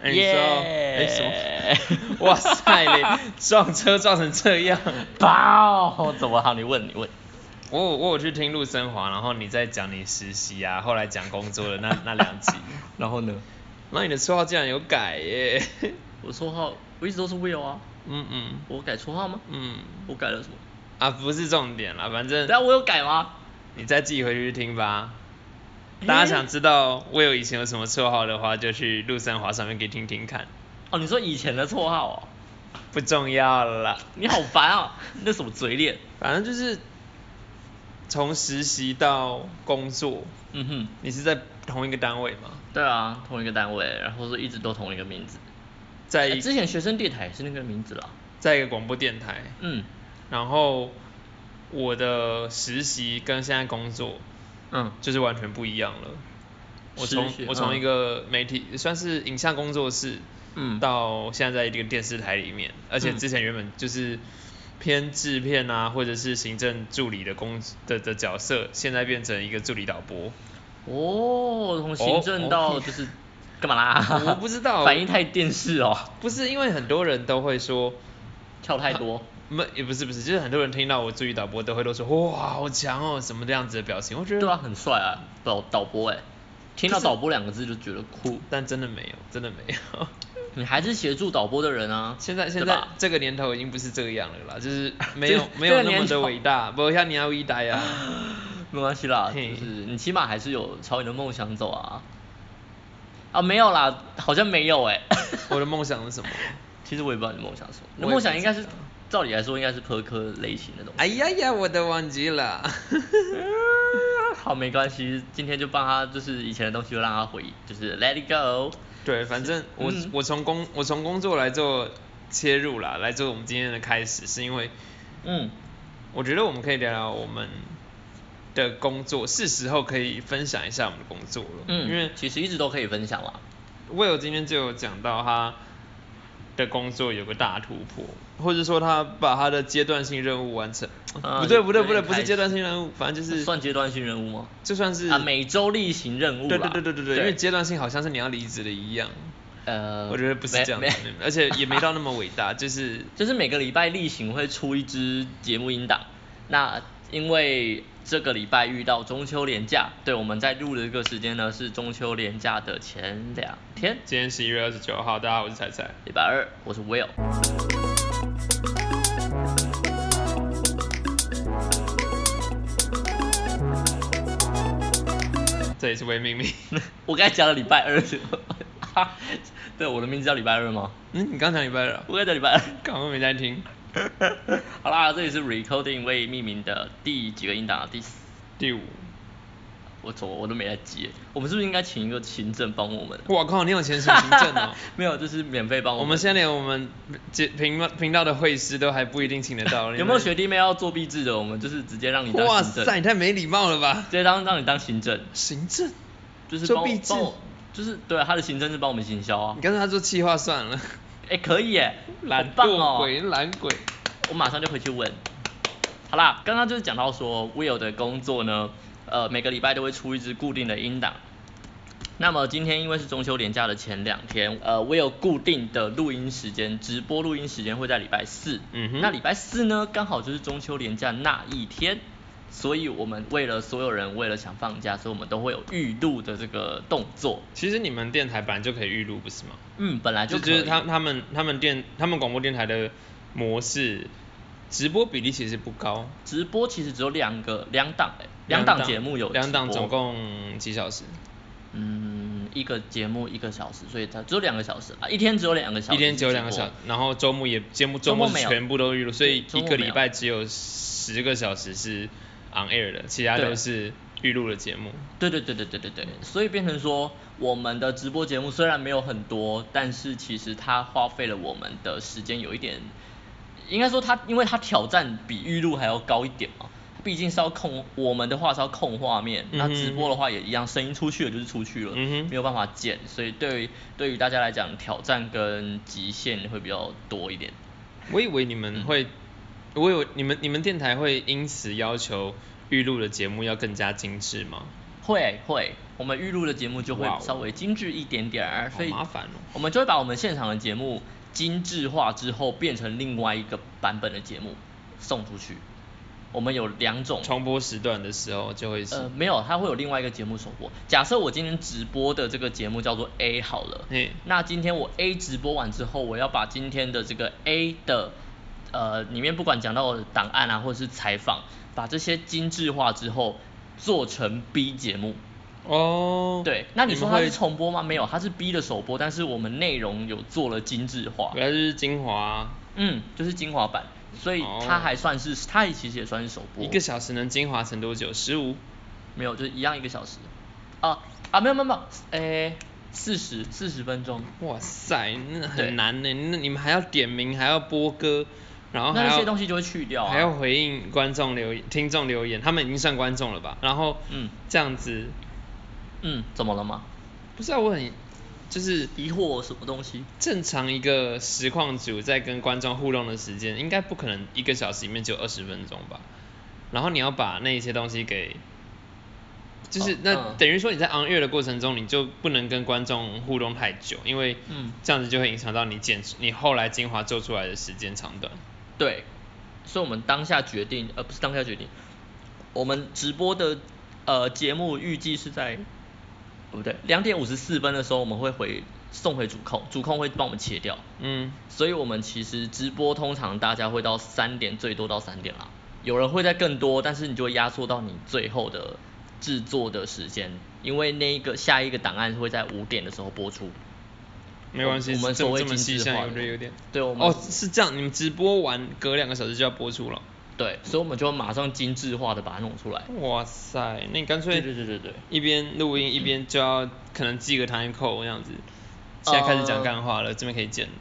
哎、你知道？哎、什么？哇 塞嘞！ 撞车撞成这样！ 爆！怎么好？你问，你问。我有我有去听陆生华，然后你在讲你实习啊，后来讲工作的那那两 集，然后呢？然后你的绰号竟然有改耶！我绰号我一直都是 Will 啊。嗯嗯我改绰号吗？嗯，我改了什么？啊不是重点啦，反正等下我有改吗？你再自己回去听吧。诶大家想知道 Will 以前有什么绰号的话，就去陆生华上面可以听听看，哦，你说以前的绰号哦，不重要啦。你好烦啊！那什么嘴脸？反正就是从实习到工作，嗯哼，你是在同一个单位吗？对啊，同一个单位，然后是一直都同一个名字。在哎一之前学生电台也是那个名字啦。在一个广播电台，嗯然后我的实习跟现在工作嗯，就是完全不一样了。我从实习我从嗯一个媒体、算是影像工作室，嗯到现在在一个电视台里面，而且嗯之前原本就是偏制片啊，或者是行政助理的工的的角色，现在变成一个助理导播。哦，从哦行政到哦就是干嘛啦？我不知道 反应太电视哦，不是因为很多人都会说，跳太多。没也不是不是，就是很多人听到我助理导播都会都说哇好强哦什么这样子的表情，我觉得对啊，很帅啊，导导播哎、听到就是导播两个字就觉得酷。但真的没有，真的没有。 你还是协助导播的人啊。现在现对在吧这个年头已经不是这样了啦，就是没有这个没有这个那么年的头伟大，不像你要一代 啊。没关系啦，就嘿是你起码还是有朝你的梦想走啊。啊，没有啦，好像没有哎、我的梦想是什么？ 其实我也不知道你的梦想是什么，你我的也不梦想应该知是道，照理来说应该是科科类型的东西。哎呀呀，我都忘记了。 好，没关系，今天就帮他，就是以前的东西，就让他回忆，就是 let it go。对，反正我、嗯我从工我从工作来做切入啦，来做我们今天的开始，是因为嗯，我觉得我们可以聊聊我们的工作，是时候可以分享一下我们的工作了。嗯，因为其实一直都可以分享啦。 Will 今天就有讲到他的工作有个大突破，或者说他把他的阶段性任务完成。啊不对有不对有不对，点不是开阶段始性任务，反正就是算阶段性任务吗？就算是啊，每周例行任务啊对啦对对对对对，因为阶段性好像是你要离职的一样，呃，我觉得不是没这样的没，而且也没到那么伟大，就是就是每个礼拜例行会出一支节目音档。那因为这个礼拜遇到中秋连假，对，我们在录的这个时间呢是中秋连假的前两天，今天十一月二十九号，大家好，我是彩彩。礼拜二，我是 Will。这里是微 命名。我刚才讲了礼拜二， 对，我的名字叫礼拜二吗？嗯，你刚讲礼拜了，我刚才讲礼拜二。 刚刚没在听。好啦，这里是 Recording 为命名的第几个音档啊？第四第五，我走，我都没来接。我们是不是应该请一个行政帮我们？啊我靠，你有钱请行政哦。 没有，就是免费帮我们们现在连我们节频频道的会师都还不一定请得到。有没有学弟妹要作弊制的？我们就是直接让你当哇行政，塞，你太没礼貌了吧直！接当让你当行政，行政，就是作帮我弊制帮我就是对啊他的行政是帮我们行销啊你。跟他做气话算了。哎、可以耶，懒很棒惰哦。鬼，懒鬼。我马上就回去问。好啦，刚刚就是讲到说 Will 的工作呢，呃，每个礼拜都会出一支固定的音档。那么今天因为是中秋连假的前两天，呃，Will 固定的录音时间，直播录音时间会在礼拜四。嗯哼那礼拜四呢，刚好就是中秋连假那一天，所以我们为了所有人，为了想放假，所以我们都会有预录的这个动作。其实你们电台本来就可以预录，不是吗？嗯，本来就就可就以是他他们他们电他们广播电台的模式，直播比例其实不高，直播其实只有两个两档、欸，两档节目有两档直总播共几小时？嗯，一个节目一个小时，所以它只有两个小时啊，一天只有两个小时，一天只有两个小时，，然后周末也节目周周末是末没有全部都预录，所以对周一末个没礼有拜只有十个小时是 on air 的，其他对都是预录的节 目。对对对对对对对，所以变成说我们的直播节目虽然没有很多，但是其实它花费了我们的时间有一点，应该说它因为它挑战比预录还要高一点嘛。毕竟是要控，我们的话是要控画面，嗯那哼直播的话也一样，声音出去了就是出去了，嗯哼没有办法剪，所以对于对于大家来讲，挑战跟极限会比较多一点。我以为你们会，我有你们你们电台会因此要求预录的节目要更加精致吗？会会，我们预录的节目就会哇哦稍微精致一点点儿，好所以麻烦哦我们就会把我们现场的节目精致化之后，变成另外一个版本的节目送出去。我们有两种，重播时段的时候就会是，呃，没有，它会有另外一个节目首播。假设我今天直播的这个节目叫做 A 好了嘿，那今天我 A 直播完之后，我要把今天的这个 A 的呃里面不管讲到的档案啊，或者是采访，把这些精致化之后做成 B 节目。哦，对，那你说们它会是重播吗？没有，它是 B 的首播，但是我们内容有做了精致化。原来就是精华啊、嗯，就是精华版，所以它哦还算是，它其实也算是首播。一个小时能精华成多久？十五，没有，就是一样一个小时。啊啊，没有没有没有，诶、四十四十分钟。哇塞，那对很难呢。那你们还要点名，还要播歌，然后还那要些东西就会去掉啊还要回应观众留言、听众留言，他们已经算观众了吧？然后嗯这样子，嗯，怎么了吗？不知道我很就是疑惑什么东西？正常一个实况组在跟观众互动的时间，应该不可能一个小时里面只有二十分钟吧？然后你要把那一些东西给，就是、哦那嗯等于说你在 on air 的过程中，你就不能跟观众互动太久，因为嗯这样子就会影响到你剪你后来精华做出来的时间长短。对，所以我们当下决定，呃，不是当下决定，我们直播的呃节目预计是在，哦不对，两点五十四分的时候我们会回送回主控，主控会帮我们切掉。嗯，所以我们其实直播通常大家会到三点，最多到三点啦。有人会在更多，但是你就会压缩到你最后的制作的时间，因为那一个下一个档案会在五点的时候播出。没关系，我们这所么谓这么精细致化项有的点有点。对我们哦是这样，你们直播完隔两个小时就要播出了。对，所以我们就马上精致化的把它弄出来。哇塞，那你干脆对对对对对一边录音一边就要可能记个 time code 那样子。现在开始讲干话了，这边可以剪了。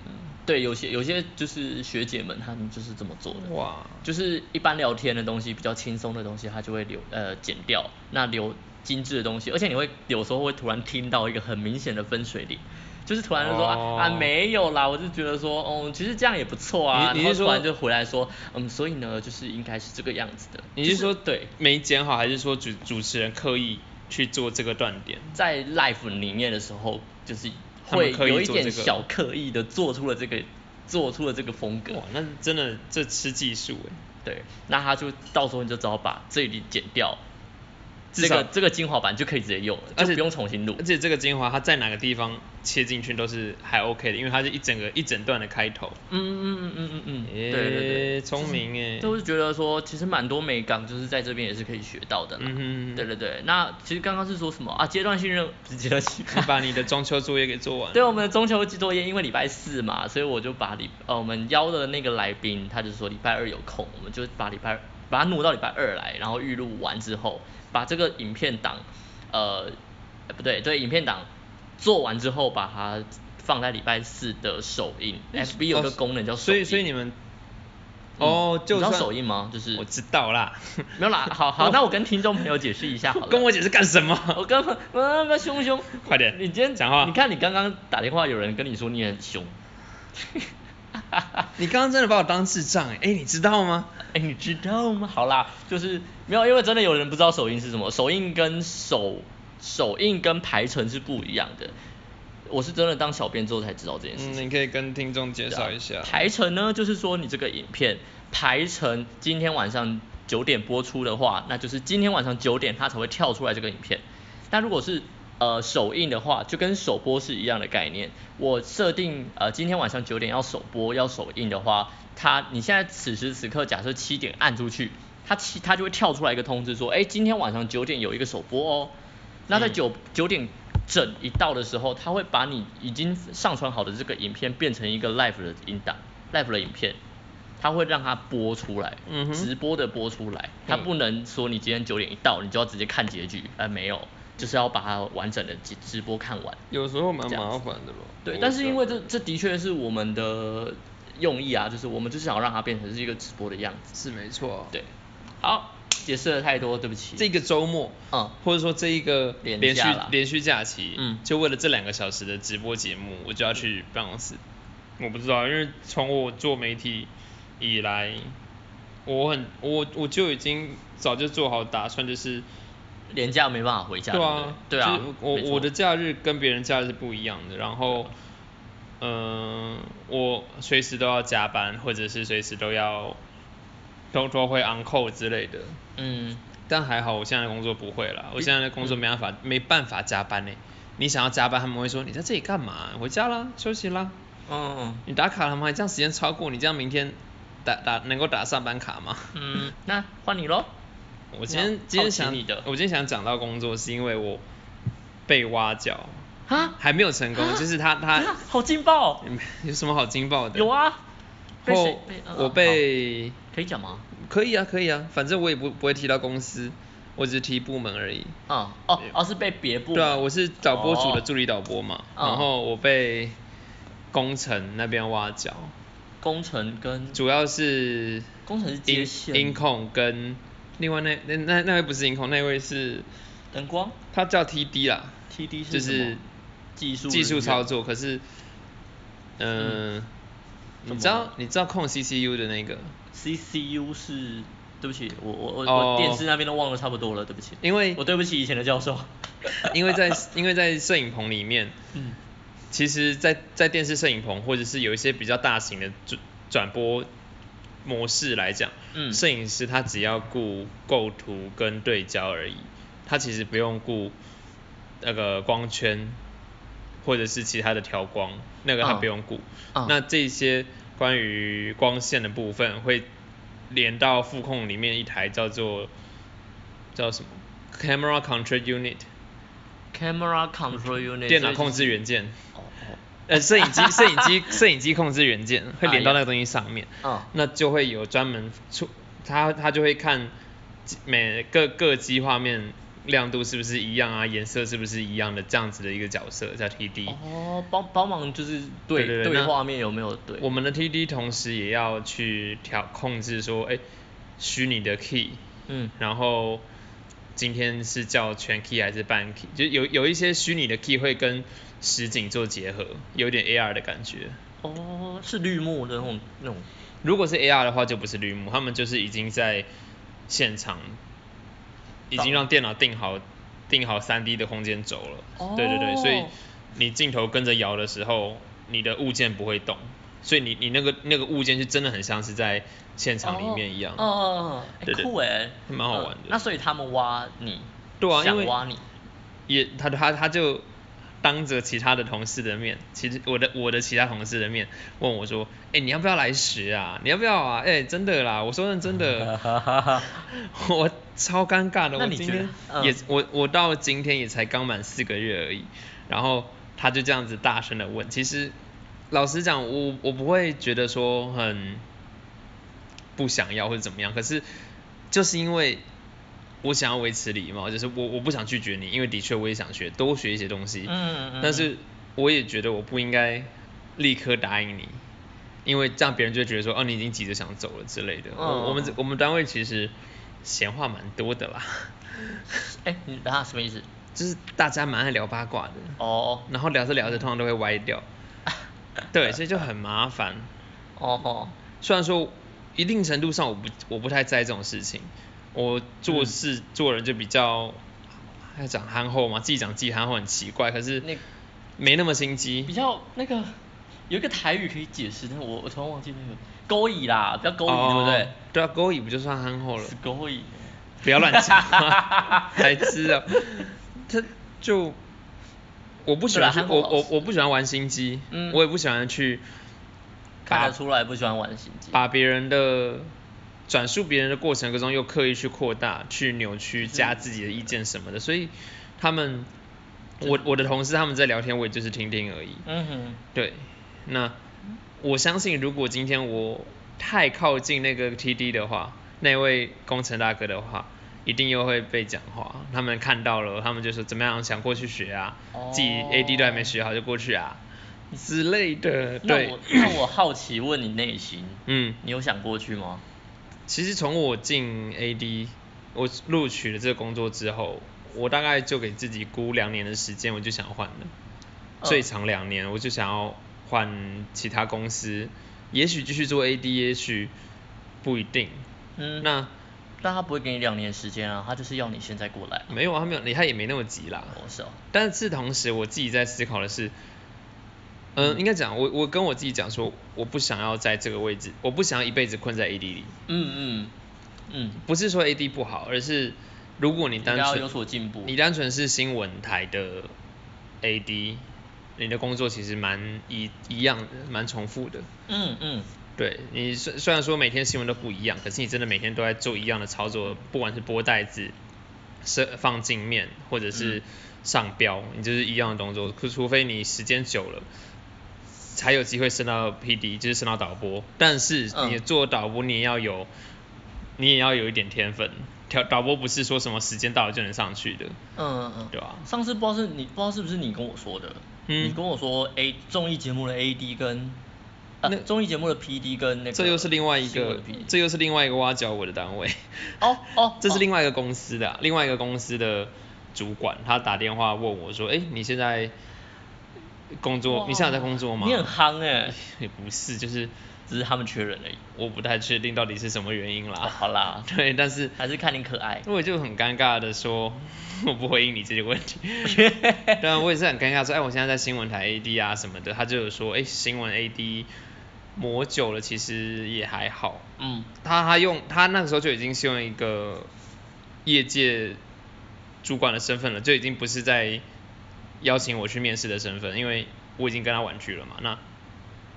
对，有些有些就是学姐们她们就是这么做的。哇，就是一般聊天的东西，比较轻松的东西，它就会留呃剪掉，那留精致的东西，而且你会有时候会突然听到一个很明显的分水岭，就是突然就说、哦啊啊没有啦，我就觉得说，哦、其实这样也不错啊，你你然是说后突然就回来说，嗯，所以呢，就是应该是这个样子的。你是说就对，没剪好，还是说主主持人刻意去做这个断点？在 l i f e 里面的时候，就是他们会刻意有一做点这个小刻意的做出了这个做出了这个风格哇，，那真的这吃技术哎，对，那他就到时候你就只好把这里剪掉，至这少个这个精华版就可以直接用了，而就且不用重新录而。且这个精华它在哪个地方切进去都是还 OK 的，因为它是一整个一整段的开头。嗯嗯嗯嗯嗯嗯，诶对对对，聪明欸诶就是觉得说，其实蛮多美感，就是在这边也是可以学到的啦。嗯哼嗯哼对对对，那其实刚刚是说什么啊？阶段性任不是阶段性，你把你的中秋作业给做完了。对我们的中秋作业，因为礼拜四嘛，所以我就把礼呃我们邀的那个来宾，他就说礼拜二有空，我们就把礼拜把他挪到礼拜二来，然后预录完之后，把这个影片档，呃，呃不对对，影片档做完之后，把它放在礼拜四的首映。诶 FB 有个哦功能叫首所映，以所以你们嗯哦，就你知道算首映吗？就是我知道啦， 没有啦，好好，那我跟听众朋友解释一下好了。 跟我解释干什么？ 我根本妈妈凶凶，快点你今天讲话你看你刚刚打电话，有人跟你说你很 凶。你刚刚真的把我当智障哎、哎、你知道 吗？哎，你知道吗？好啦，就是没有，因为真的有人不知道首映是什么，首映跟首首映跟排程是不一样的。我是真的当小编之后才知道这件事情嗯，。你可以跟听众介绍一下。排程呢，就是说你这个影片排程今天晚上九点播出的话，那就是今天晚上九点它才会跳出来这个影片。但如果是呃首映的话，就跟首播是一样的概念。我设定呃今天晚上九点要首播要首映的话，它你现在此时此刻假设七点按出去，它七它就会跳出来一个通知说，哎、今天晚上九点有一个首播哦。那在嗯九九点整一到的时候，他会把你已经上传好的这个影片变成一个 live 的音档，live 的影片，他会让它播出来，嗯哼直播的播出来，他嗯不能说你今天九点一到，你就要直接看结局，呃，没有，就是要把它完整的直直播看完。有时候蛮这样麻子烦的咯。对我，但是因为觉这得这的确是我们的用意啊，就是我们就是想要让它变成是一个直播的样子。是没错。啊对，好，解释的太多，对不起。这个周末，嗯或者说这一个连连续假啦连续假期，嗯就为了这两个小时的直播节目，我就要去办公室。我不知道，因为从我做媒体以来，我很我我就已经早就做好打算，就是连假没办法回家，对不啊，对？对啊就是，没我错我的假日跟别人假日不一样的，然后，嗯、我随时都要加班，或者是随时都要都都会 on call 之类的。嗯，但还好，我现在的工作不会啦，我现在的工作没办法，没办法加班呢、你想要加班，他们会说你在这里干嘛？回家啦，休息啦。哦，你打卡了吗？你这样时间超过，你这样明天打打能够打上班卡吗？嗯，那换你喽。 我今天那今好天奇想你的我今天想讲到工作，是因为我被挖角，啊，还没有成功，就是他他啊好劲爆哦、 有什么好惊爆的？有，啊，被谁后被呃我被好可以讲吗？可以啊可以啊，反正我也不不会提到公司，我只是提部门而已。嗯，哦哦，是被别部对啊，我是导播组的哦助理导播嘛，嗯然后我被工程那边挖角，工程跟主要是工程是接线音音控跟另外那那那那位不是音控，那位是灯光他叫 TD 啦， TD 是就什么是技术技术人员操作，可是、嗯，怎你么知道了你知道控 CCU 的那个， CCU 是，对不起，我我我、哦我电视那边都忘了差不多了，对不起。因为我对不起以前的教授。因为在因为在摄影棚里面， 嗯其实在，在电视摄影棚或者是有一些比较大型的转转播模式来讲，嗯摄影师他只要顾构图跟对焦而已，他其实不用顾那个光圈或者是其他的调光，那个他嗯不用顾。嗯那这些关于光线的部分会连到副控里面一台叫做叫什么 Camera Control Unit。 ，Camera Control Unit 电脑控所制以元件哦哦，呃，摄影机、摄影机、摄影机控制元件会连到那个东西上面，啊嗯那就会有专门出，他他就会看每个各机画面亮度是不是一样啊，颜色是不是一样的这样子的一个角色叫 TD。哦，帮帮忙就是对对对那画面有没有对？我们的 TD 同时也要去调控制说，哎、虚拟的 key，嗯然后今天是叫全 key 还是半 key，就有有一些虚拟的 key 会跟实景做结合，有点 AR 的感觉。哦是绿幕的那种那种如果是 AR 的话，就不是绿幕，他们就是已经在现场，已经让电脑定好定好 3D 的空间轴了。哦对对对，所以你镜头跟着摇的时候，你的物件不会动，所以你你那个那个物件就真的很像是在现场里面一样。哦哦，哦对哎对酷哎，蛮好玩的嗯那所以他们挖你，对啊因想为 挖你，也他他他就当着其他的同事的面，其实我的我的其他同事的面问我说，哎、你要不要来学啊？你要不要啊？哎、真的啦，我说认真的， 我超尴尬的，那我你今觉得天嗯也、我我到今天也才刚满四个月而已，然后他就这样子大声的问，其实老实讲，我我不会觉得说很不想要或者怎么样，可是就是因为我想要维持礼貌，就是我我不想拒绝你，因为的确我也想学，多学一些东西，嗯嗯但是我也觉得我不应该立刻答应你，因为这样别人就会觉得说，哦，你已经急着想走了之类的。嗯我我们这我们单位其实闲话蛮多的啦， 哎你等下什么意思？就是大家蛮爱聊八卦的，哦然后聊着聊着通常都会歪 掉，对，所以就很麻烦。哦哦，虽然说一定程度上我不我不太在意这种事情，我做事、嗯做人就比较要讲憨厚嘛，自己讲自己憨厚很奇怪，可是那没那么心机比。较那个有一个台语可以解释，但是我我突然忘记那个勾引啦，不要勾引、对不哦对？对啊，勾引不就算憨厚了？是勾引，不要乱讲， 白痴啊！他就我不喜欢去对啦憨厚我老我实我不喜欢玩心机，嗯我也不喜欢去看把得出来不喜欢玩心机。把别人的转述别人的过程中又刻意去扩大、去扭曲、加自己的意见什么的，所以他们我我的同事他们在聊天，我也就是听听而已。嗯哼，对，那我相信如果今天我太靠近那个 TD 的话，那位工程大哥的话，一定又会被讲话。他们看到了，他们就说怎么样想过去学啊，自己哦 AD 都还没学好就过去啊之类的。那对我，那我好奇问你内心，嗯，你有想过去吗？其实从我进 AD，我录取了这个工作之后，我大概就给自己估两年的时间，我就想换了，嗯最长两年，我就想要换其他公司，也许继续做 AD，也许不一定。嗯，那但他不会给你两年时间啊，他就是要你现在过来。没有啊，他没有，他也没那么急啦。哦，是哦，但是同时，我自己在思考的是，嗯、应该讲我我跟我自己讲说，我不想要在这个位置，我不想要一辈子困在 AD 里。嗯嗯嗯，不是说 AD 不好，而是如果你应该单要纯有所进步。你单纯是新闻台的 AD，你的工作其实蛮一一样的，蛮重复的。嗯嗯，对你虽虽然说每天新闻都不一样，可是你真的每天都在做一样的操作，不管是拨袋子、是放镜面，或者是嗯上标，你就是一样的动作。可除非你时间久了，才有机会升到 PD，就是升到导播。但是你嗯做导播，你也要有，你也要有一点天分。调导播不是说什么时间到了就能上去的。嗯嗯，对啊上次不知道是你不知道是不是你跟我说的，嗯你跟我说 A 综艺节目的 AD 跟呃那综艺节目的 PD 跟那个这又是另外一新闻个的 PD，这又是另外一个挖角我的单位。哦哦这是哦另外一个公司的啊、另外一个公司的主管，他打电话问我说：“哎、你现在工作？你现在有在工作吗？”你很夯哎、 也不是，就是只是他们缺人而已。我不太确定到底是什么原因啦。哦好啦啊 对，但是还是看你 可爱。我就很尴尬的说，我不回应你这些问 题。对啊，我也是很尴尬说，哎，我现在在新闻台 AD 啊什么的，他就有说，哎，新闻 AD 磨久了其实也还好，嗯他他用他那个时候就已经是用一个业界主管的身份了，就已经不是在邀请我去面试的身份，因为我已经跟他婉拒了嘛。那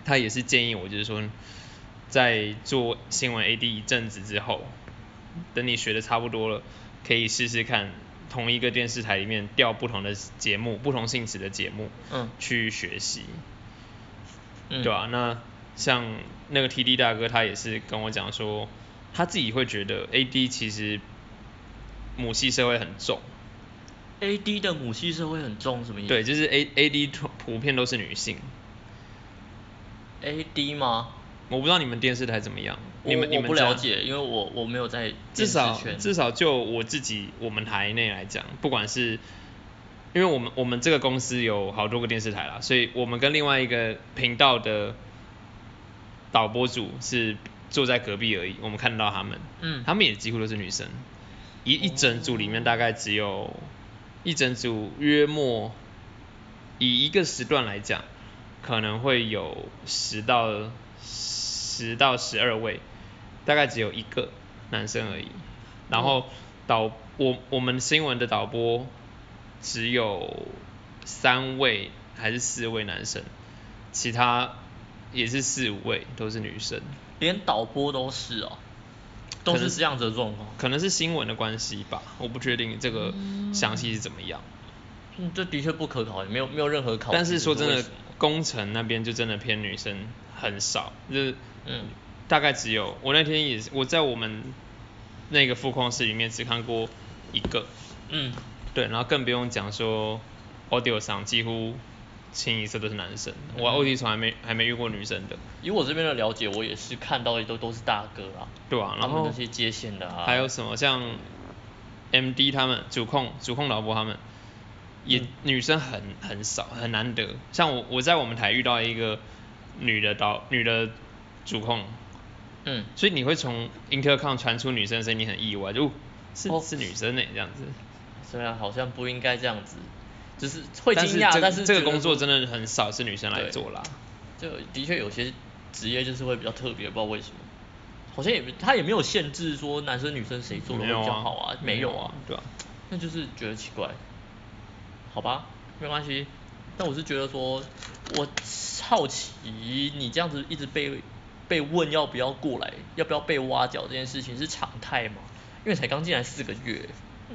他也是建议我，就是说，在做新闻 AD 一阵子之后，等你学的差不多了，可以试试看同一个电视台里面调不同的节目、不同性质的节目嗯去学习。嗯，对啊，那像那个 TD 大哥，他也是跟我讲说，他自己会觉得 AD 其实母系社会很重， AD 的母系社会很重，什么意思？对，就是 A AD 普普遍都是女性。 ，AD 吗？我不知道你们电视台怎么样，我你们你我们不家了解，因为我我没有在至电视少圈至少就我自己我们台内来讲，不管是因为我们我们这个公司有好多个电视台啦，所以我们跟另外一个频道的导播组是坐在隔壁而已，我们看得到他们，嗯他们也几乎都是女生，一一整组里面大概只有一整组约莫以一个时段来讲，可能会有十到十到十二位，大概只有一个男生而已。然后导我我们新闻的导播只有三位还是四位男生，其他也是四五位都是女生，连导播都是哦，可都能是这样子的状况。可能是新闻的关系吧，我不确定这个详细是怎么样。嗯，这的确不可考，也没有没有任何考据。但是说真这为的什么，工程那边就真的偏女生很少，就是嗯大概只有我那天也是我在我们那个副控室里面只看过一个，嗯，对，然后更不用讲说 audio 上几乎清一色都是男生，嗯我 audio 从来没还没遇过女生的，以我这边的了解，我也是看到的都都是大哥啊，对啊，他然们后那些接线的啊，还有什么像 MD 他们主控主控老婆他们，也、嗯女生很很少很难得。像我我在我们台遇到一个女的导女的主控，嗯，所以你会从 intercom 传出女生的声音，你很意外，就哦是、哦是女生呢、欸这样子。虽然好像不应该这样子，就是会但惊是讶，这但这个觉得工作说真的很少是女生来对做啦。就的确有些职业就是会比较特别，不知道为什么。好像也没他也没有限制说男生女生谁做的会没有比较啊好啊，没有啊，对啊那就是觉得奇怪。好吧，没关系。但我是觉得说，我好奇你这样子一直被被问要不要过来，要不要被挖角这件事情是常态吗？因为才刚进来四个月。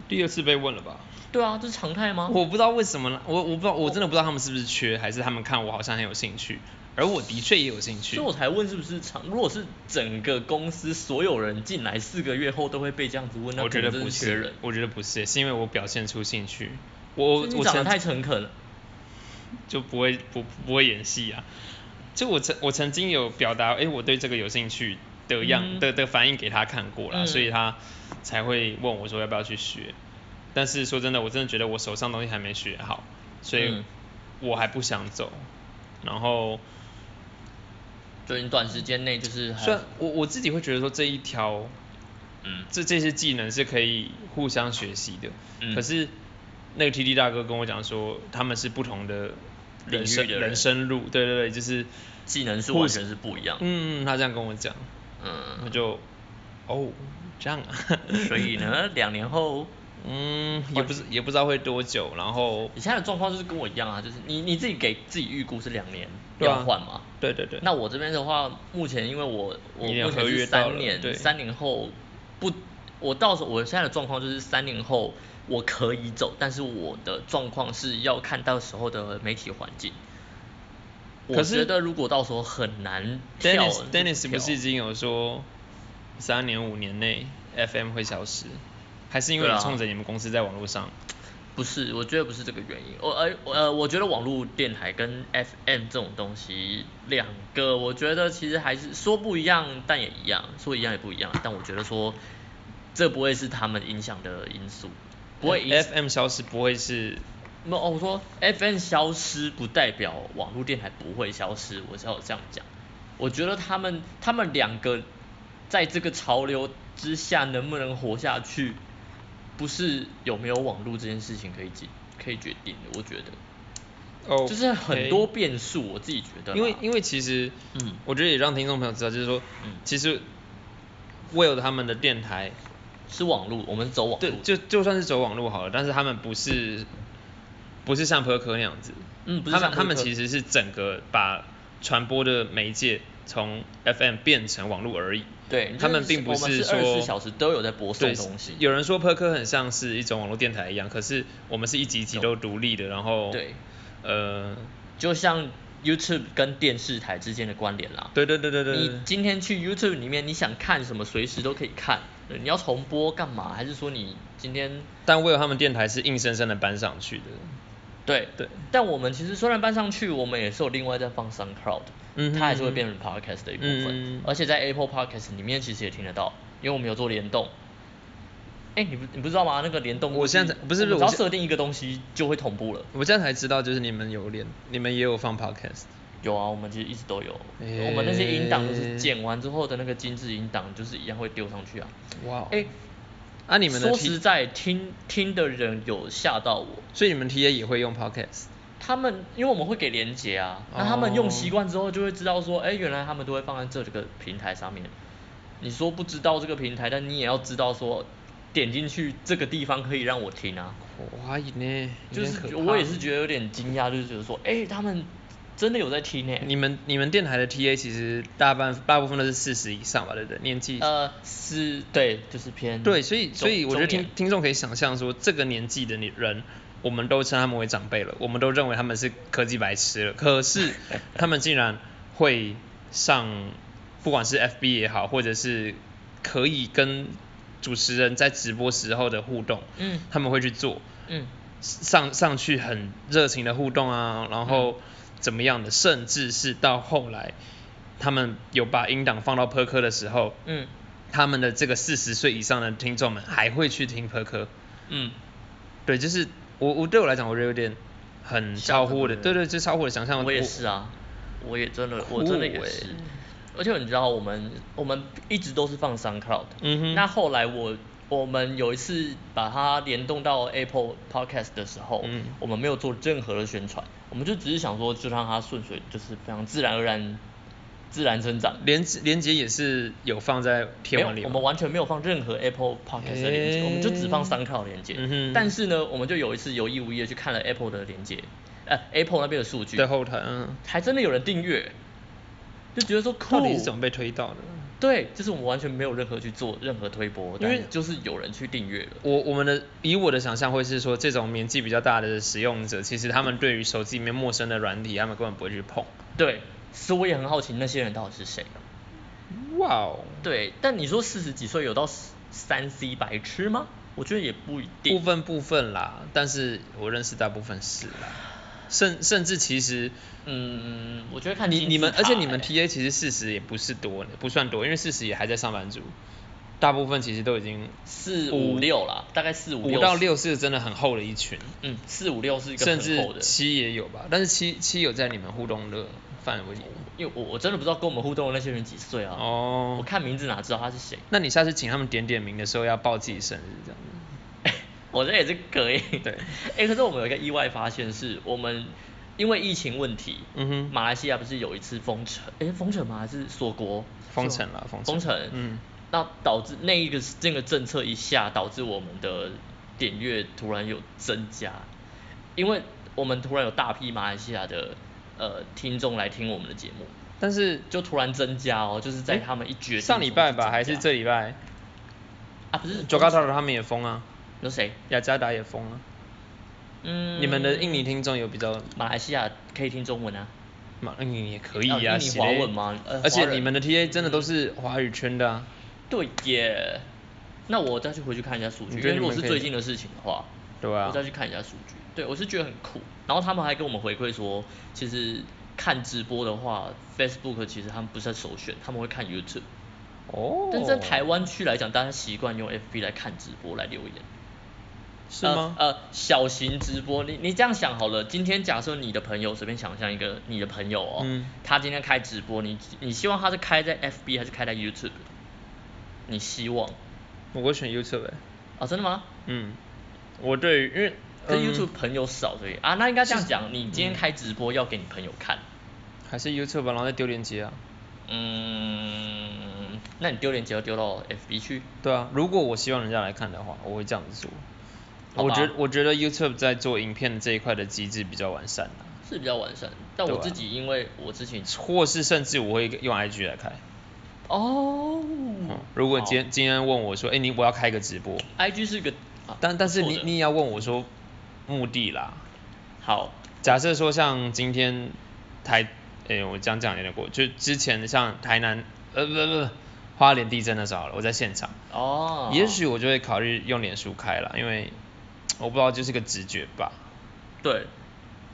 第二次被问了吧？对啊，这是常态吗？我不知道为什么啦，我我不知道，我真的不知道他们是不是缺，还是他们看我好像很有兴趣，而我的确也有兴趣。所以我才问是不是常，如果是整个公司所有人进来四个月后都会被这样子问，那我觉得可能真不的是缺是人，。我觉得不是，是因为我表现出兴趣，我是我你长得曾太诚恳了。就不会不不会演戏啊。就我曾我曾经有表达，哎、我对这个有兴趣的样、嗯的的反应给他看过啦，嗯所以他才会问我说要不要去学。但是说真的，我真的觉得我手上东西还没学好，所以嗯我还不想走。然后就你短时间内就是还虽然我我自己会觉得说这一条嗯这这些技能是可以互相学习的。嗯可是那个 TD 大哥跟我讲说，他们是不同的人领域生的人人生路，对对对，就是技能是互完全是不一样的。嗯，他这样跟我讲，我嗯，就哦这样啊， 所以呢，两年后嗯，也不是也不知道会多久，然后你现在的状况就是跟我一样啊，就是你你自己给自己预估是两年对啊要换嘛。对对对，那我这边的话，目前因为我我你也目前合是约到三了年，对三年后不，我到时候我现在的状况就是三年后我可以走，但是我的状况是要看到时候的媒体环境。我可是觉得如果到时候很难跳 Dennis 就 Dennis 不跳是已经有说三年五年内 FM 会消失，还是因为对你啊冲着你们公司在网络上？不是，我觉得不是这个原因。我呃呃，我觉得网络电台跟 FM 这种东西，两个我觉得其实还是说不一样，但也一样；说一样也不一样。但我觉得说，这不会是他们影响的因素，不会影响。 FM 消失不会是没有哦，我说 FM 消失不代表网络电台不会消失，我是要这样讲。我觉得他们他们两个在这个潮流之下能不能活下去，不是有没有网络这件事情可以决可以决定的，我觉得哦，就是很多变数，我自己觉得啦。因为因为其实，嗯我觉得也让听众朋友知道，就是说，嗯其实 Will 他们的电台，是网络，我们走网对络，，就就算是走网路好了，但是他们不是不是像 p e r k 那样子，嗯不是他们像他们 Perk 其实是整个把传播的媒介从 FM 变成网络而已，对他们就是并不我们是说24小时都有在播送对东西有人说 p e r k 很像是一种网络电台一样，可是我们是一集一集都独立的，然后对，呃，就像 YouTube 跟电视台之间的关联啦。对对对对对，对你今天去 YouTube 里面，你想看什么，随时都可以看。呃你要重播干嘛？还是说你今天但 Will 他们电台是硬生生的搬上去的，对对？但我们其实虽然搬上去，我们也是有另外在放 SoundCloud，嗯哼它还是会变成 Podcast 的一部分。嗯而且在 Apple Podcast 里面其实也听得到，因为我们有做联动。哎、你不你不知道吗？那个联动我就是现在才不是我不是们只要我现设定一个东西就会同步了。我现在才知道，就是你们有连，你们也有放 podcast。有啊，我们其实一直都有，诶我们那些音档就是剪完之后的那个精致音档，就是一样会丢上去啊。哇哦哎、啊，你们的说 T- 实在，听听的人有吓到我。所以你们 TA 也会用 podcast。他们因为我们会给连接啊，那他们用习惯之后就会知道说，哎、原来他们都会放在这个平台上面。你说不知道这个平台，但你也要知道说，点进去这个地方可以让我听啊。哇呢，有就点是可怕我也是觉得有点惊讶，就是觉得说，哎、他们真的有在听呢、欸你们你们电台的 TA 其实大半大部分都是四十以上吧，对不对？年纪。呃，是对，就是偏嗯对，所以中所以我觉得中年听听众可以想象说，这个年纪的人，我们都称他们为长辈了，我们都认为他们是科技白痴了，可 是他们竟然会上，不管是 FB 也好，或者是可以跟主持人在直播时候的互动，嗯他们会去做，嗯上上去很热情的互动啊，然嗯后怎么样的，甚至是到后来，他们有把音档放到 p e r k 的时候，嗯他们的这个四十岁以上的听众们还会去听 p e r k 嗯，对，就是我我对我来讲，我觉得有点很吓超到乎我的，人对对，就超乎我的想象。我也是啊，我也真的，我酷真的也欸是。而且你知道，我们我们一直都是放 SoundCloud，嗯哼那后来我我们有一次把它联动到 Apple Podcast 的时候，嗯我们没有做任何的宣传，我们就只是想说，就让它顺水，就是非常自然而然，自然生长我。连连接也是有放在贴文里吗，没有我们完全没有放任何 Apple Podcast 的连接，诶我们就只放 SoundCloud 连接。嗯哼但是呢，我们就有一次有意无意的去看了 Apple 的连接，呃，Apple 那边的数据，在后台，嗯，还真的有人订阅，就觉得说酷。到底是怎么被推到的？对，就是我们完全没有任何去做任何推播，因为但就是有人去订阅了。我我们的以我的想象会是说，这种年纪比较大的使用者，其实他们对于手机里面陌生的软体，他们根本不会去碰。对，所以我也很好奇那些人到底是谁啊。哇哦，对，但你说四十几岁有到三 C 白痴吗？我觉得也不一定。部分部分啦，但是我认识大部分是啦，甚甚至其实嗯，我觉得看你金你字们，而塔且你们欸 TA 其实四十也不是多，不算多，因为四十也还在上班族，大部分其实都已经四五六啦，大概四五五六到，六是真的很厚的一群，嗯，四五六是一个甚很厚至的，七也有吧，但是七七有在你们互动的范围里因为我我真的不知道跟我们互动的那些人几岁啊。哦我看名字哪知道他是谁？ 那你下次请他们点点名的时候要报自己生日这样子。我这也是可以。对 哎、可是我们有一个意外发现是，我们因为疫情问题，嗯哼马来西亚不是有一次封城？哎、封城吗？还是锁国？封城啦封封城城。嗯。那导致那一个这个政策一下，导致我们的点阅突然有增加，因为我们突然有大批马来西亚的呃听众来听我们的节目，但是就突然增加哦，就是在他们一决定上礼拜中就增吧，还是加这礼拜啊？不是 j o g a t a 他们也封啊，有谁？雅加达也封啊。嗯，你们的印尼听众有比较，马来西亚可以听中文啊？马印尼也可以要哦印啊，尼是华嘞文吗呃而华且人你们的 TA 真的都是华语圈的啊。对耶，那我再去回去看一下数据，你因觉得为如果你是们可以最近的事情的话，对啊我再去看一下数据。对，我是觉得很酷。然后他们还跟我们回馈说，其实看直播的话，Facebook 其实他们不是在首选，他们会看 YouTube。哦。但是在台湾呃区来讲，大家习惯用 FB 来看直播来留言。是吗？呃，呃小型直播，你你这样想好了，今天假设你的朋友随便想象一个你的朋友哦，嗯他今天开直播，你你希望他是开在 FB 还是开在 YouTube？你希望？我会选 YouTube 欸。哦，真的吗？嗯，我对于因为可是嗯 YouTube 朋友少，所以啊，那应该这样讲，你今天开直播要给你朋友看，还是 YouTube 吧，然后再丢链接啊。嗯，那你丢链接要丢到 FB 去，对啊，如果我希望人家来看的话，我会这样子好吧做。我觉我觉得 YouTube 在做影片这一块的机制比较完善、啊、是比较完善。但对我啊自己因为我之前或是甚至我会用 IG 来开。哦嗯，如果今天今天问我说，哎、你我要开个直播，好 IG 是个，啊但但是不错你的你也要问我说目的啦。好，假设说像今天台，哎、我这样讲有点过，就之前像台南，呃不不不，花莲地震的时候好了，我在现场，哦，也许我就会考虑用脸书开了，因为我不知道就是个直觉吧。对，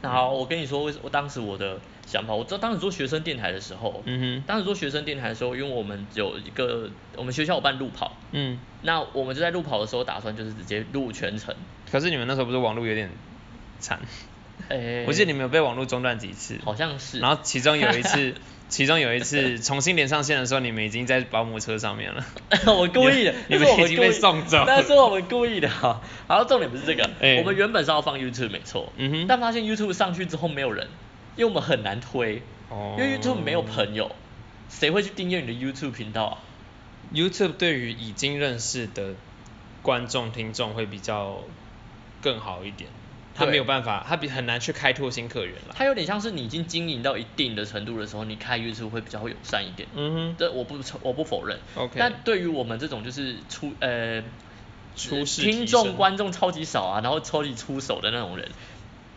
那好，我跟你说，为什我当时我的想法，我知道当时做学生电台的时候，嗯哼当时做学生电台的时候，因为我们有一个我们学校有办路跑，嗯，那我们就在路跑的时候打算就是直接录全程，可是你们那时候不是网络有点惨，诶、哎我记得你们有被网络中断几次，好像是然后其中有一 次，其中有一次重新连上线的时候，你们已经在保姆车上面了。 我故意的，你们那是我已经被故意送走那是我们故意的哈。然后重点不是这个，哎我们原本是要放 YouTube 没错，嗯哼但发现 YouTube 上去之后没有人，因为我们很难推，哦因为 YouTube 没有朋友，谁会去订阅你的 YouTube 频道啊？ YouTube 对于已经认识的观众听众会比较更好一点，他对没有办法，他比很难去开拓新客源了。它有点像是你已经经营到一定的程度的时候，你开 YouTube 会比较友善一点。嗯哼这我不我不否认。 OK 但对于我们这种就是出呃初试听提众升观众超级少啊，然后超级出手的那种人，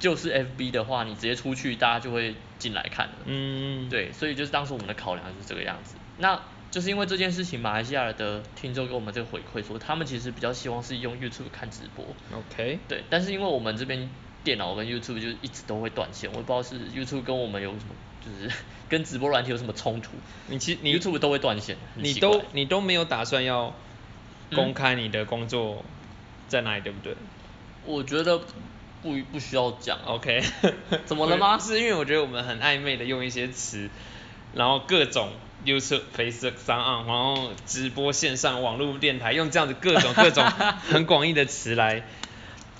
就是 FB 的话，你直接出去，大家就会进来看了。嗯，对，所以就是当时我们的考量就是这个样子。那就是因为这件事情，马来西亚的听众给我们这个回馈说，他们其实比较希望是用 YouTube 看直播。 ，OK，对，但是因为我们这边电脑跟 YouTube 就一直都会断线，我也不知道是 YouTube 跟我们有什么，就是 跟直播软体有什么冲突。你其你 YouTube 都会断线，很你奇怪嗯都你都没有打算要公开你的工作在哪里，对不对我觉得不不需要讲啊？OK， 怎么了吗不是因为我觉得我们很暧昧的用一些词，然后各种 YouTube、Facebook、上岸，然后直播线上、网络电台，用这样子各种各种很广义的词来。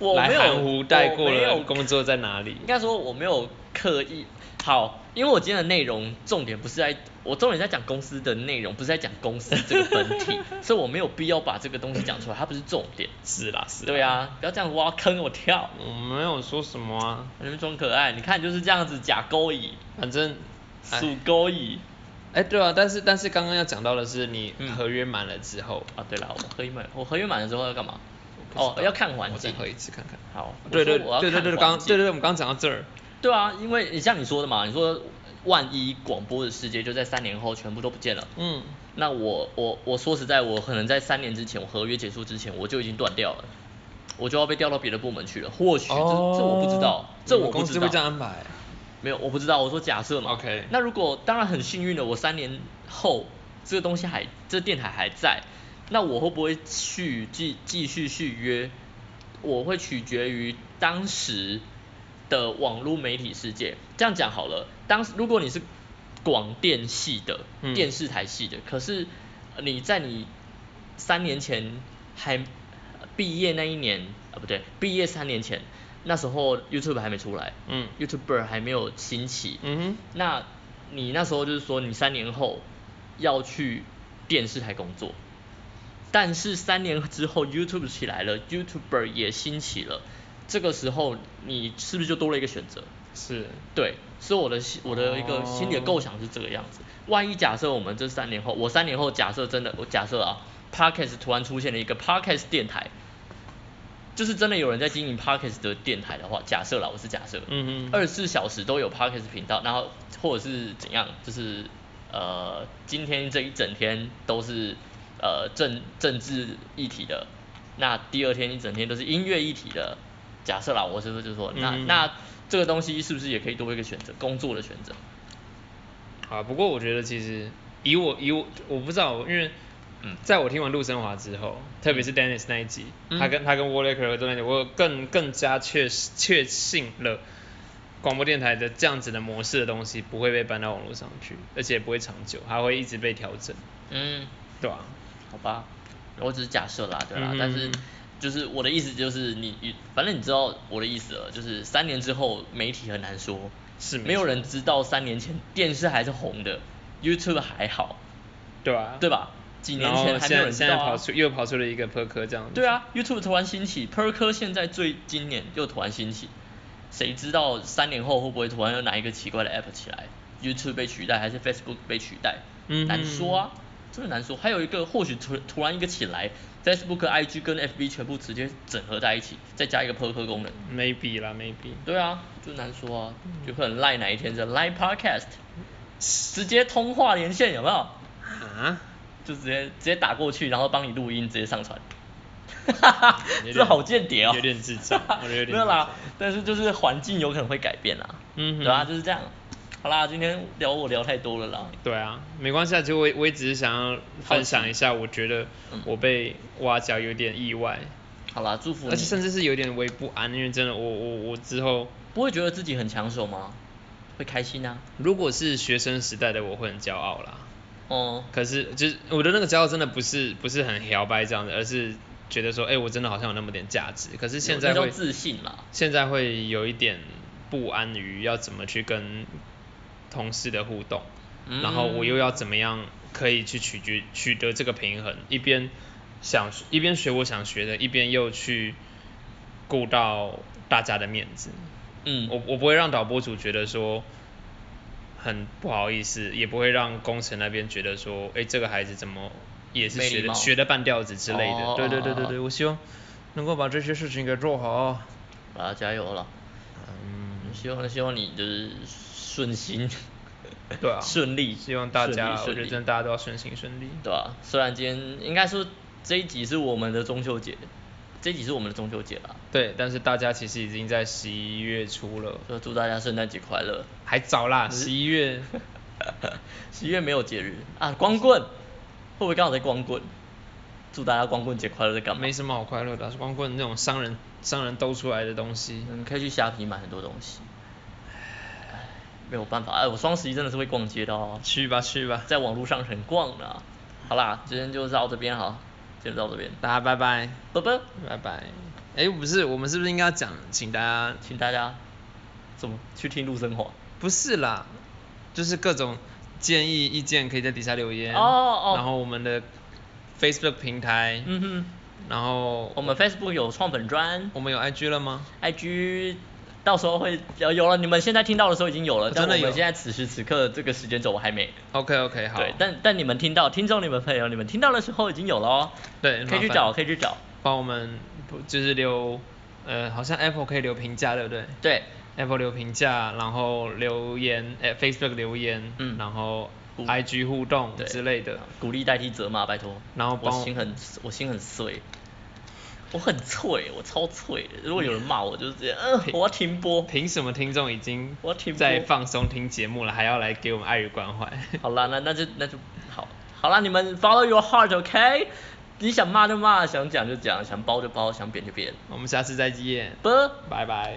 我来没有含糊带过我没了有工作在哪里应。该说我没有刻意好，因为我今天的内容重点不是在，我重点在讲公司的内容，不是在讲公司这个 本体，所以我没有必要把这个东西讲出来，它不是重点。是嗯啦，是啦。对，啊，不要这样挖坑我跳，我没有说什么啊，你们装可爱，你看就是这样子假勾引，反正，哎属勾引哎、对啊，但是但是刚刚要讲到的是你嗯合约满了之后，啊。对了，我合约满，我合约满了之后要干嘛？不知哦道，要看环我再境。喝一次看看。好，我对说对我要对对对看对，环刚境对对对，我们刚讲到这儿，对啊，因为你像你说的嘛，你说万一广播的世界就在三年后全部都不见了，嗯，那我我我说实在，我可能在三年之前，我合约结束之前，我就已经断掉了，我就要被调到别的部门去了。或许这、这我不知道，这哦你我们不公知司道会这。样安排。没有，我不知道，我说假设嘛。 OK 那如果当然很幸运的，我三年后这个东西还这电台还在，那我会不会续继继续续约？我会取决于当时的网络媒体世界。这样讲好了，当时如果你是广电系的、嗯电视台系的，可是你在你三年前还呃毕业那一年啊，不对，毕业三年前，那时候 YouTube 还没出来，嗯，YouTuber 还没有兴起，嗯那你那时候就是说你三年后要去电视台工作，但是三年之后 YouTube 起来了，YouTuber 也兴起了，这个时候你是不是就多了一个选择？哼，是，对，所以我的心我的一哦个心里的构想是这个样子。万一假设我们这三年后，我三年后假设真的，我假设啊，Podcast 突然出现了一个 Podcast 电台，就是真的有人在经营 Podcast 的电台的话，假设啦，我是假设，嗯哼二十四小时都有 Podcast 频道，然后或者是怎样，就是呃，今天这一整天都是呃政政治议题的，那第二天一整天都是音乐议题的，假设啦，我是不是就说，那嗯那这个东西是不是也可以多一个选择，工作的选择？啊，不过我觉得其实以我以我我不知道，因为嗯在我听完陆生华之后，特别是 Dennis 那一集，嗯他跟他跟 Wallace 合作那集，我有更更加确实确信了广播电台的这样子的模式的东西不会被搬到网络上去，而且不会长久，还会一直被调整，嗯，对吧、好吧，我只是假设啦，对啦，嗯但是就是我的意思就是你你，反正你知道我的意思了，就是三年之后媒体很难说，是没没有错人知道三年前电视还是红的，YouTube 还好，对吧、对吧？几年然后前还没有人知现在现在道、跑啊。出又跑出了一个 per 科这样子，对啊，YouTube 突然兴起 p e r k 现在最今年又突然兴起，谁知道三年后会不会突然有哪一个奇怪的 App 起来？YouTube 被取代还是 Facebook 被取代？嗯难说啊，真的难说。还有一个或许突突然一个起来，Facebook、IG 跟 FB 全部直接整合在一起，再加一个 p e r k 功能。 ，maybe 啦 maybe，对啊，就难说啊，嗯有可能赖哪一天是 Live Podcast，直接通话连线有没有？啊，就直接直接打过去，然后帮你录音，直接上 传。哈哈，有点这好间谍哦，有点智障我觉得有点智障 没有啦，但是就是环境有可能会改变啦，嗯哼对啊，就是这样。好啦，今天聊我聊太多了啦，对啊，没关系啊，就我也我也只是想要分享一下，我觉得嗯我被挖角有点意外，好啦，祝福而且你。甚至是有点微不安，因为真的我我我之后不会觉得自己很抢手吗？会开心啊。如果是学生时代的我会很骄傲啦，哦、可是就是我的那个骄傲真的不是不是很摇摆这样的，而是觉得说，哎、我真的好像有那么点价值，可是现在那叫会自信啦。现在会有一点不安于要怎么去跟同事的互动，嗯然后我又要怎么样可以去取决取得这个平衡，一边想一边学我想学的，一边又去顾到大家的面子。嗯，我我不会让导播组觉得说很不好意思，也不会让工程那边觉得说，哎、这个孩子怎么也是没学礼的貌学的半吊子之类的。哦对对对对哦对，哦我希望能够把这些事情给做好。好啦，加油了。嗯，希望希望你就是顺心，对啊， 顺利，希望大家，我顺觉得利顺利真的大家都要顺心顺利。对啊，虽然今天应该说这一集是我们的中秋节，这一集是我们的中秋节啦，对，但是大家其实已经在十一月初了，就祝大家圣诞节快乐。嗯还早啦，十一月 十一月没有节日啊，光棍会不会刚好在光棍？祝大家光棍节快乐在干嘛？没什么好快乐的啊，光棍那种商人商人兜出来的东西，嗯，你可以去虾皮买很多东西。唉没有办法，哎，我双十一真的是会逛街的哦，去吧去吧，在网络上很逛的啊、好啦，今天就到这边哈，今天就到这边，大家拜拜拜拜，拜拜。哎，不是，我们是不是应该要讲，请大家请大家怎么去听陆生活？不是啦，就是各种建议意见可以在底下留言哦哦然后我们的 Facebook 平台，嗯哼。然后我们 Facebook 有创粉专我们有 IG 了吗？ ，IG 到时候会有有了，你们现在听到的时候已经有了，哦但真的我们有现在此时此刻这个时间轴我还没。 OK OK 好，对，但但你们听到，听众你们朋友，你们听到的时候已经有了哦。对可以去麻烦找，可以去找。帮我们不就是留呃，好像 Apple 可以留评价对不对对， ？Apple 留评价，然后留言，呃 Facebook 留言，嗯然后互 IG 互动对之类的，鼓励代替责骂，拜托。然后我帮我心很，我心很碎，我很脆，我超脆的。如果有人骂我，就是这样，嗯、我要停播。 凭什么听众已经我要停播在放松听节目了，还要来给我们爱与关怀？ 好啦，那那就那就好，好啦，你们 follow your heart，OK？、你想骂就骂，想讲就讲，想包就包，想扁就扁。我们下次再见，不。拜拜。